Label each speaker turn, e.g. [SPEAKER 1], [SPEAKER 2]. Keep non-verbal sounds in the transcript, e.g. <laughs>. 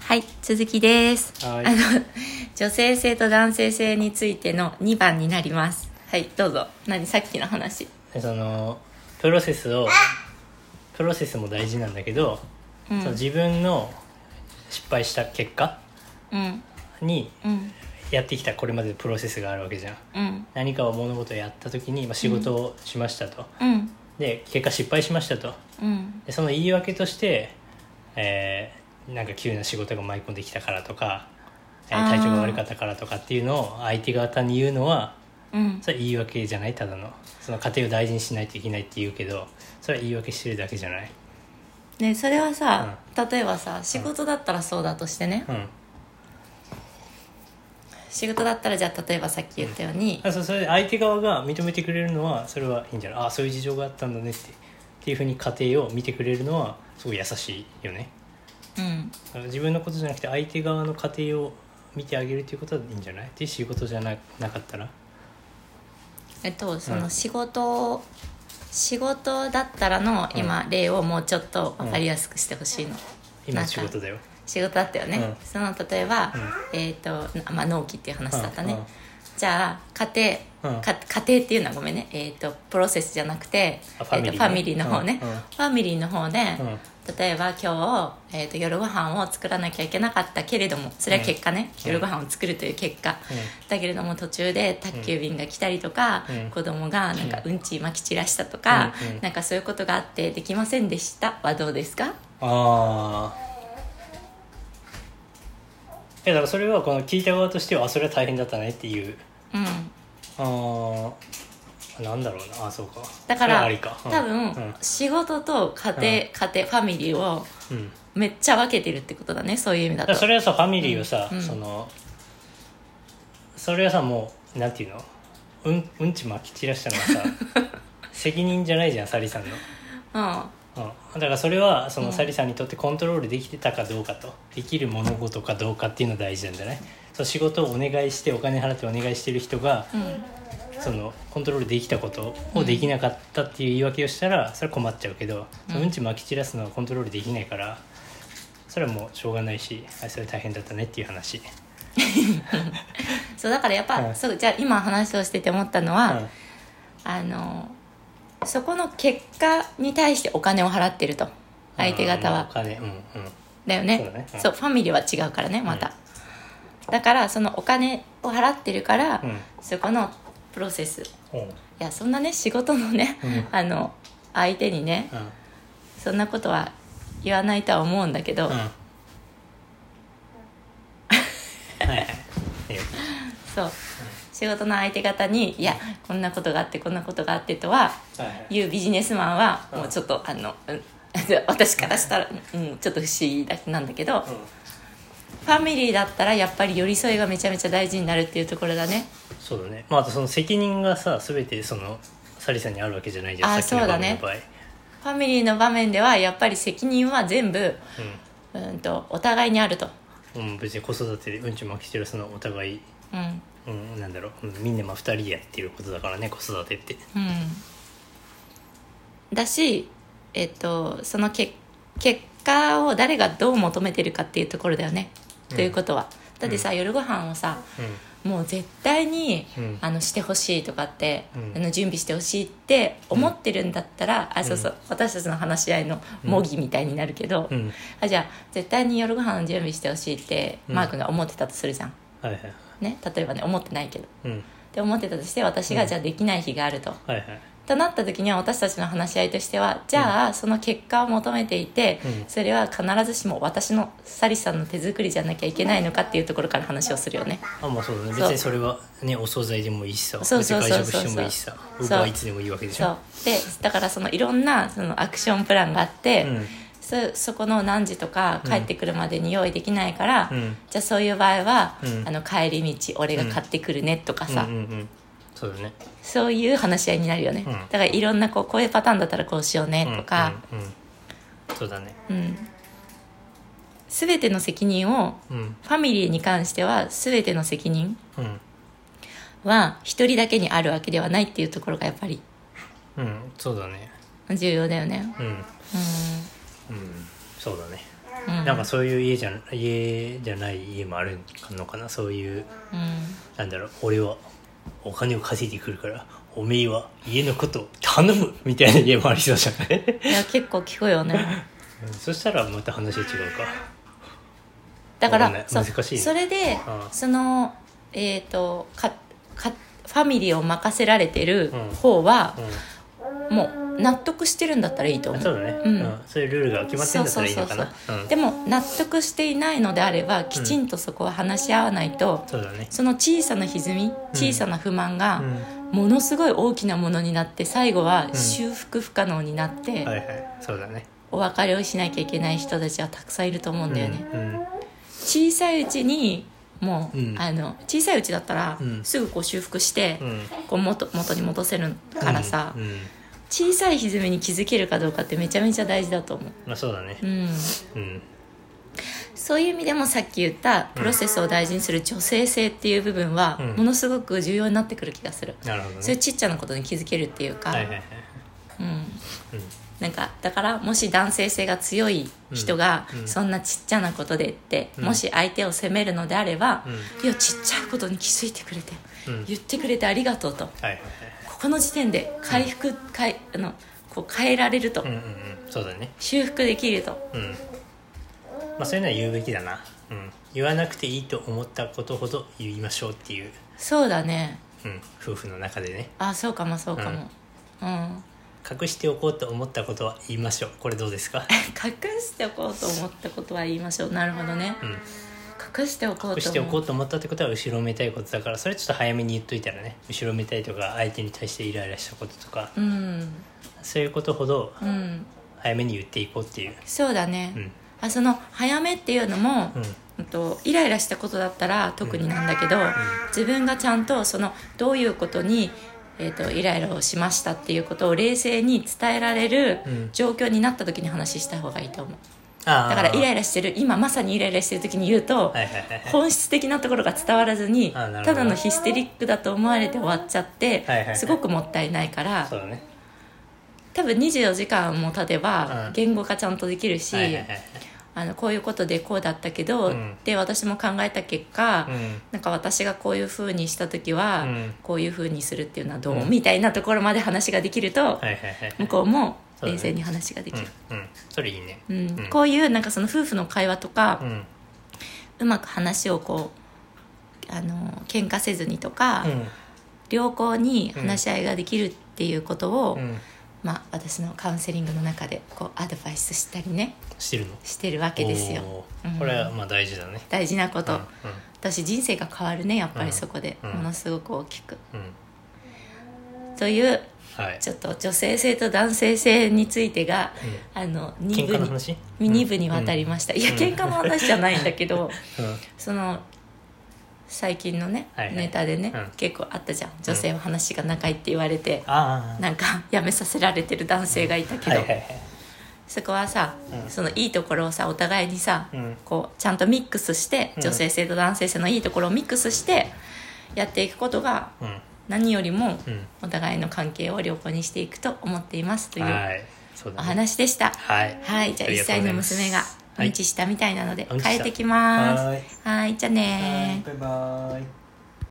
[SPEAKER 1] はい続きです
[SPEAKER 2] はい
[SPEAKER 1] あの女性性と男性性についての2番になりますはいどうぞ何さっきの話
[SPEAKER 2] そのプロセスをプロセスも大事なんだけど、
[SPEAKER 1] うん
[SPEAKER 2] その自分の失敗した結果
[SPEAKER 1] うん
[SPEAKER 2] に
[SPEAKER 1] うん
[SPEAKER 2] やってきたこれまでのプロセスがあるわけじゃん
[SPEAKER 1] うん
[SPEAKER 2] 何かを物事をやった時に、まあ、仕事をしましたと、
[SPEAKER 1] うん
[SPEAKER 2] で結果失敗しましたと
[SPEAKER 1] うん
[SPEAKER 2] でその言い訳として、えーなんか急な仕事が舞い込んできたからとか、えー
[SPEAKER 1] あー
[SPEAKER 2] 体調が悪かったからとかっていうのを相手方に言うのは
[SPEAKER 1] うん
[SPEAKER 2] それは言い訳じゃないただのその家庭を大事にしないといけないって言うけどそれは言い訳してるだけじゃない
[SPEAKER 1] ねそれはさ、例えばさ仕事だったらそうだとしてね、
[SPEAKER 2] うん
[SPEAKER 1] 仕事だったらじゃあ例えばさっき言ったように、
[SPEAKER 2] あそうそれで相手側が認めてくれるのはそれはいいんじゃないあそういう事情があったんだねってっていうふうに家庭を見てくれるのはすごい優しいよね
[SPEAKER 1] うん、
[SPEAKER 2] 自分のことじゃなくて相手側の家庭を見てあげるっていうことはいいんじゃないって仕事じゃななかったら
[SPEAKER 1] えっとそうの
[SPEAKER 2] ん
[SPEAKER 1] 仕事を仕事だったらの今、例をもうちょっと分かりやすくしてほしいの、
[SPEAKER 2] 今
[SPEAKER 1] なん
[SPEAKER 2] の
[SPEAKER 1] か
[SPEAKER 2] 仕事だよ
[SPEAKER 1] 仕事だったよね、
[SPEAKER 2] うん
[SPEAKER 1] その例えば、えっ、と、なまあ、納期っていう話だったね、じゃあ家庭、
[SPEAKER 2] うん
[SPEAKER 1] か家庭っていうのはごめんね、えー、とプロセスじゃなくて
[SPEAKER 2] あファミ
[SPEAKER 1] えー
[SPEAKER 2] リーね
[SPEAKER 1] とファミリーの方ね、
[SPEAKER 2] うんうん
[SPEAKER 1] ファミリーの方で、
[SPEAKER 2] ん
[SPEAKER 1] 例えば今日、えー、と夜ご飯を作らなきゃいけなかったけれどもそれは結果ね、
[SPEAKER 2] うん
[SPEAKER 1] 夜ご飯を作るという結果、
[SPEAKER 2] うん
[SPEAKER 1] だけれども途中で宅急便が来たりとか、
[SPEAKER 2] うん
[SPEAKER 1] 子供がなんかうんちまき散らしたとか、
[SPEAKER 2] うんうん
[SPEAKER 1] なんかそういうことがあってできませんでしたはどうですか
[SPEAKER 2] ああいやだからそれはこの聞いた側としてはあそれは大変だったねっていう
[SPEAKER 1] うん
[SPEAKER 2] ああなんだろうなあそうか
[SPEAKER 1] だか
[SPEAKER 2] それは
[SPEAKER 1] ら
[SPEAKER 2] ありか、うん
[SPEAKER 1] 多分、
[SPEAKER 2] うん
[SPEAKER 1] 仕事と家庭、
[SPEAKER 2] うん
[SPEAKER 1] 家庭ファミリーを
[SPEAKER 2] うん
[SPEAKER 1] めっちゃ分けてるってことだねそういう意味だと
[SPEAKER 2] だからそれはさファミリーをさ、
[SPEAKER 1] うん
[SPEAKER 2] そのそれはさもうなんていうのうんうんちまき散らしたのは
[SPEAKER 1] <laughs>
[SPEAKER 2] さ責任じゃないじゃんサリさんの、
[SPEAKER 1] うん
[SPEAKER 2] うん、だからそれはその、
[SPEAKER 1] うん
[SPEAKER 2] サリさんにとってコントロールできてたかどうかとできる物事かどうかっていうのが大事なんじゃないそう仕事をお願いしてお金払ってお願いしてる人が
[SPEAKER 1] うん
[SPEAKER 2] そのコントロールできたことをできなかったっていう言い訳をしたらそれは困っちゃうけど、
[SPEAKER 1] う
[SPEAKER 2] うんん、うんちまき散らすのはコントロールできないからそれはもうしょうがないしあそれ大変だったねっていう話。
[SPEAKER 1] そうだからやっぱ、
[SPEAKER 2] うん
[SPEAKER 1] そうじゃあ今話をしてて思ったのは、
[SPEAKER 2] うん
[SPEAKER 1] あのそこの結果に対してお金を払ってると相手方
[SPEAKER 2] まあお
[SPEAKER 1] は
[SPEAKER 2] 金うんうん
[SPEAKER 1] だよね
[SPEAKER 2] そうだねうん
[SPEAKER 1] そうファミリーは違うからねまた、だからそのお金を払ってるから、
[SPEAKER 2] う
[SPEAKER 1] そこのプロセスい
[SPEAKER 2] んうん
[SPEAKER 1] やそんなね仕事のね、
[SPEAKER 2] うん
[SPEAKER 1] あの相手にねそんなことは言わないとは思うんだけど、
[SPEAKER 2] うん
[SPEAKER 1] <laughs>
[SPEAKER 2] はいはいいいよ
[SPEAKER 1] そう仕事の相手方にいやこんなことがあってこんなことがあってとは
[SPEAKER 2] はいはい
[SPEAKER 1] いうビジネスマンは
[SPEAKER 2] うん
[SPEAKER 1] もうちょっとあの、うん <laughs> 私からしたら、うん、ちょっと不思議だなんだけどフ
[SPEAKER 2] うん
[SPEAKER 1] ァミリーだったらやっぱり寄り添いがめちゃめちゃ大事になるっていうところだね
[SPEAKER 2] そうだねまああとその責任がさ全てそのサリさんにあるわけじゃないじゃん
[SPEAKER 1] あー
[SPEAKER 2] さっきの
[SPEAKER 1] そうだね
[SPEAKER 2] 場合の
[SPEAKER 1] ファミリーの場面ではやっぱり責任は全部うんとお互いにあると、
[SPEAKER 2] 場合うん、うん、別に子育てでうんちまき散らすのはお互い、
[SPEAKER 1] うん
[SPEAKER 2] うん、なんだろううんみんなまあ2人でやってることだからね子育てって
[SPEAKER 1] うん、だし、えっと、そのけ結果を誰がどう求めてるかっていうところだよね、ということはだってさ、夜ご飯をさもう絶対に、
[SPEAKER 2] うん
[SPEAKER 1] あのしてほしいとかって、
[SPEAKER 2] うん
[SPEAKER 1] あの準備してほしいって思ってるんだったら、あそうそう私たちの話し合いの模擬みたいになるけど、
[SPEAKER 2] うんうん
[SPEAKER 1] あじゃあ絶対に夜ご飯の準備してほしいって、
[SPEAKER 2] うん
[SPEAKER 1] マー君が思ってたとするじゃん、
[SPEAKER 2] はいはい
[SPEAKER 1] ね、例えばね思ってないけどっ
[SPEAKER 2] うん
[SPEAKER 1] て思ってたとして私
[SPEAKER 2] う
[SPEAKER 1] が
[SPEAKER 2] ん
[SPEAKER 1] じゃあできない日があると。
[SPEAKER 2] はいはい
[SPEAKER 1] となった時には私たちの話し合いとしてはじゃあその結果を求めていて、
[SPEAKER 2] うん
[SPEAKER 1] それは必ずしも私のサリさんの手作りじゃなきゃいけないのかっていうところから話をするよね
[SPEAKER 2] あまあそうだね
[SPEAKER 1] そう
[SPEAKER 2] 別にそれはねお惣菜でもいいしさ
[SPEAKER 1] そうそうそうそう
[SPEAKER 2] 別に外食してもいいしさウ
[SPEAKER 1] そう
[SPEAKER 2] ーバーイーツでもいいわけでし
[SPEAKER 1] そう
[SPEAKER 2] ょ
[SPEAKER 1] でだからそのいろんなそのアクションプランがあって、
[SPEAKER 2] うん
[SPEAKER 1] そそこの何時とか帰ってくるまでに用意できないから、
[SPEAKER 2] うん
[SPEAKER 1] じゃあそういう場合は、
[SPEAKER 2] うん
[SPEAKER 1] あの帰り道俺が買ってくるねとかさ、
[SPEAKER 2] うんうんうん、そうだね
[SPEAKER 1] そういう話し合いになるよね、
[SPEAKER 2] うん
[SPEAKER 1] だからいろんなこうこういうパターンだったらこうしようねとか、
[SPEAKER 2] うんうんうんそうだね
[SPEAKER 1] うん、全ての責任を
[SPEAKER 2] うん
[SPEAKER 1] ファミリーに関しては全ての責任
[SPEAKER 2] うん
[SPEAKER 1] は一人だけにあるわけではないっていうところがやっぱり
[SPEAKER 2] うんそうだね
[SPEAKER 1] 重要だよね
[SPEAKER 2] うん
[SPEAKER 1] うん
[SPEAKER 2] うんそうだね
[SPEAKER 1] うん
[SPEAKER 2] なんかそういう家じゃ家じゃない家もあるのかなそういう
[SPEAKER 1] うん
[SPEAKER 2] なんだろう俺はお金を稼いでくるからおめえは家のことを頼むみたいな家もありそうじゃない
[SPEAKER 1] いや結構聞くよね
[SPEAKER 2] <laughs> うんそしたらまた話違うか
[SPEAKER 1] だか
[SPEAKER 2] わかん
[SPEAKER 1] ら
[SPEAKER 2] ない
[SPEAKER 1] そう
[SPEAKER 2] 難しいね
[SPEAKER 1] それで
[SPEAKER 2] うん
[SPEAKER 1] そのえっ、とかかファミリーを任せられてる
[SPEAKER 2] うん
[SPEAKER 1] 方は、
[SPEAKER 2] う
[SPEAKER 1] もう納得してるんだったらいいと
[SPEAKER 2] ん
[SPEAKER 1] 思う
[SPEAKER 2] そうだね、
[SPEAKER 1] う
[SPEAKER 2] うんんそういうルールが決まってんだったらいいのかな
[SPEAKER 1] そうそうそうそう
[SPEAKER 2] うん
[SPEAKER 1] でも納得していないのであればきちんとそこは話し合わないと、
[SPEAKER 2] そうだね
[SPEAKER 1] その小さな歪み小さな不満がものすごい大きなものになって最後は修復不可能になって、
[SPEAKER 2] はいはいそうだね
[SPEAKER 1] お別れをしなきゃいけない人たちはたくさんいると思うんだよね、
[SPEAKER 2] うんうん
[SPEAKER 1] 小さいうちにもう、
[SPEAKER 2] うん
[SPEAKER 1] あの小さいうちだったら、
[SPEAKER 2] うん
[SPEAKER 1] すぐこう修復して、
[SPEAKER 2] うん
[SPEAKER 1] こう元元に戻せるからさ、
[SPEAKER 2] うんうん
[SPEAKER 1] 小さい歪みに気づけるかどうかってめちゃめちゃ大事だと思う
[SPEAKER 2] まあそうだね
[SPEAKER 1] うん、
[SPEAKER 2] うん
[SPEAKER 1] そういう意味でもさっき言ったプロセスを大事にする女性性っていう部分は、
[SPEAKER 2] うん
[SPEAKER 1] ものすごく重要になってくる気がする、
[SPEAKER 2] なるほど
[SPEAKER 1] そういう
[SPEAKER 2] ね
[SPEAKER 1] ちっちゃなことに気づけるっていうか、
[SPEAKER 2] はいはいはい
[SPEAKER 1] うん、
[SPEAKER 2] うん
[SPEAKER 1] なんかだからもし男性性が強い人が、
[SPEAKER 2] うん
[SPEAKER 1] そんなちっちゃなことでって、
[SPEAKER 2] うん
[SPEAKER 1] もし相手を責めるのであれば、
[SPEAKER 2] う
[SPEAKER 1] いやちっちゃいことに気づいてくれて、
[SPEAKER 2] うん
[SPEAKER 1] 言ってくれてありがとうとこ
[SPEAKER 2] はいはい
[SPEAKER 1] この時点で回復、かいあのこう変えられると、
[SPEAKER 2] はいうんうんうんそうだね
[SPEAKER 1] 修復できると
[SPEAKER 2] うんまあそういうのは言うべきだなうん言わなくていいと思ったことほど言いましょうっていう
[SPEAKER 1] そうだね
[SPEAKER 2] うん夫婦の中でね
[SPEAKER 1] あそうかもそうかもうん、 <laughs>
[SPEAKER 2] 隠しておこうと思ったことは言いましょうこれどうで
[SPEAKER 1] <laughs>
[SPEAKER 2] すか
[SPEAKER 1] 隠しておこうと思ったことは言いましょうなるほどね、
[SPEAKER 2] うん
[SPEAKER 1] 隠しておこうと思う
[SPEAKER 2] 隠しておこうと思ったってことは後ろめたいことだからそれちょっと早めに言っといたらね後ろめたいとか相手に対してイライラしたこととか
[SPEAKER 1] うん
[SPEAKER 2] そういうことほど
[SPEAKER 1] うん
[SPEAKER 2] 早めに言っていこうっていう
[SPEAKER 1] そうだね、
[SPEAKER 2] うん
[SPEAKER 1] あその早めっていうのも、
[SPEAKER 2] うん
[SPEAKER 1] うんとイライラしたことだったら特になんだけど、自分がちゃんとそのどういうことに、えー、とイライラをしましたっていうことを冷静に伝えられる
[SPEAKER 2] うん
[SPEAKER 1] 状況になった時に話した方がいいと思う
[SPEAKER 2] あ
[SPEAKER 1] だからイラ
[SPEAKER 2] イ
[SPEAKER 1] イラしてる今まさにイライラしてる時に言うと、
[SPEAKER 2] はいはいはい
[SPEAKER 1] 本質的なところが伝わらずに
[SPEAKER 2] あーなるほど
[SPEAKER 1] ただのヒステリックだと思われて終わっちゃって、
[SPEAKER 2] はいはいはい
[SPEAKER 1] すごくもったいないから
[SPEAKER 2] そうだね
[SPEAKER 1] 多分24時間も経て
[SPEAKER 2] う
[SPEAKER 1] ば
[SPEAKER 2] ん
[SPEAKER 1] 言語化ちゃんとできるし、
[SPEAKER 2] はいはいはい
[SPEAKER 1] あのこういうことでこうだったけど、
[SPEAKER 2] うん
[SPEAKER 1] で私も考えた結果、
[SPEAKER 2] うん
[SPEAKER 1] なんか私がこういうふうにした時は、
[SPEAKER 2] うん
[SPEAKER 1] こういうふうにするっていうのはどう、
[SPEAKER 2] うん
[SPEAKER 1] みたいなところまで話ができると、
[SPEAKER 2] はいはいはい
[SPEAKER 1] 向こうも
[SPEAKER 2] そうだね
[SPEAKER 1] 冷静に話ができる。
[SPEAKER 2] うんうんそれいいね
[SPEAKER 1] うん
[SPEAKER 2] うん
[SPEAKER 1] こういうなんかその夫婦の会話とか、
[SPEAKER 2] う
[SPEAKER 1] うんまく話をこうあの喧嘩せずにとか、
[SPEAKER 2] うん
[SPEAKER 1] 良好に話し合いができるっていうことを、
[SPEAKER 2] うん
[SPEAKER 1] まあ、私のカウンセリングの中でこうアドバイスしたりね
[SPEAKER 2] してるの
[SPEAKER 1] してるわけですよ
[SPEAKER 2] おー
[SPEAKER 1] うん
[SPEAKER 2] これはまあ大事だね
[SPEAKER 1] 大事なこと、
[SPEAKER 2] う
[SPEAKER 1] 私人生が変わるねやっぱ
[SPEAKER 2] う
[SPEAKER 1] り
[SPEAKER 2] ん
[SPEAKER 1] そこで、
[SPEAKER 2] うん
[SPEAKER 1] ものすごく大きく。
[SPEAKER 2] んうん
[SPEAKER 1] という
[SPEAKER 2] はい
[SPEAKER 1] ちょっと女性性と男性性についてが、あの2
[SPEAKER 2] 喧
[SPEAKER 1] 部
[SPEAKER 2] 嘩の
[SPEAKER 1] に
[SPEAKER 2] 話
[SPEAKER 1] 2部にわたりました、いや
[SPEAKER 2] うん
[SPEAKER 1] 喧嘩の話じゃないんだけ
[SPEAKER 2] <laughs>
[SPEAKER 1] ど
[SPEAKER 2] うんうん
[SPEAKER 1] その最近のね、
[SPEAKER 2] はいはい
[SPEAKER 1] ネタでね、
[SPEAKER 2] うん
[SPEAKER 1] 結構あったじゃん女性は話が長いって言われて、
[SPEAKER 2] ああ
[SPEAKER 1] なんかやめさせられてる男性がいたけど、
[SPEAKER 2] はいはいはい
[SPEAKER 1] そこはさ、
[SPEAKER 2] うん
[SPEAKER 1] そのいいところをさお互いにさ、
[SPEAKER 2] うん
[SPEAKER 1] こうちゃんとミックスして
[SPEAKER 2] うん
[SPEAKER 1] 女性性と男性性のいいところをミックスしてやっていくことが
[SPEAKER 2] うん
[SPEAKER 1] 何よりも
[SPEAKER 2] うん
[SPEAKER 1] お互いの関係を良好にしていくと思っていますという
[SPEAKER 2] はいそう
[SPEAKER 1] お
[SPEAKER 2] だね
[SPEAKER 1] 話でした。
[SPEAKER 2] はい
[SPEAKER 1] はい、じゃあ
[SPEAKER 2] あ
[SPEAKER 1] 1
[SPEAKER 2] りがとう
[SPEAKER 1] 歳
[SPEAKER 2] ござ
[SPEAKER 1] の
[SPEAKER 2] います
[SPEAKER 1] 娘が
[SPEAKER 2] はい
[SPEAKER 1] うんちしたみたいなので
[SPEAKER 2] うんちした
[SPEAKER 1] 変えてきます。
[SPEAKER 2] は
[SPEAKER 1] はい、じゃあねー。
[SPEAKER 2] バイバイ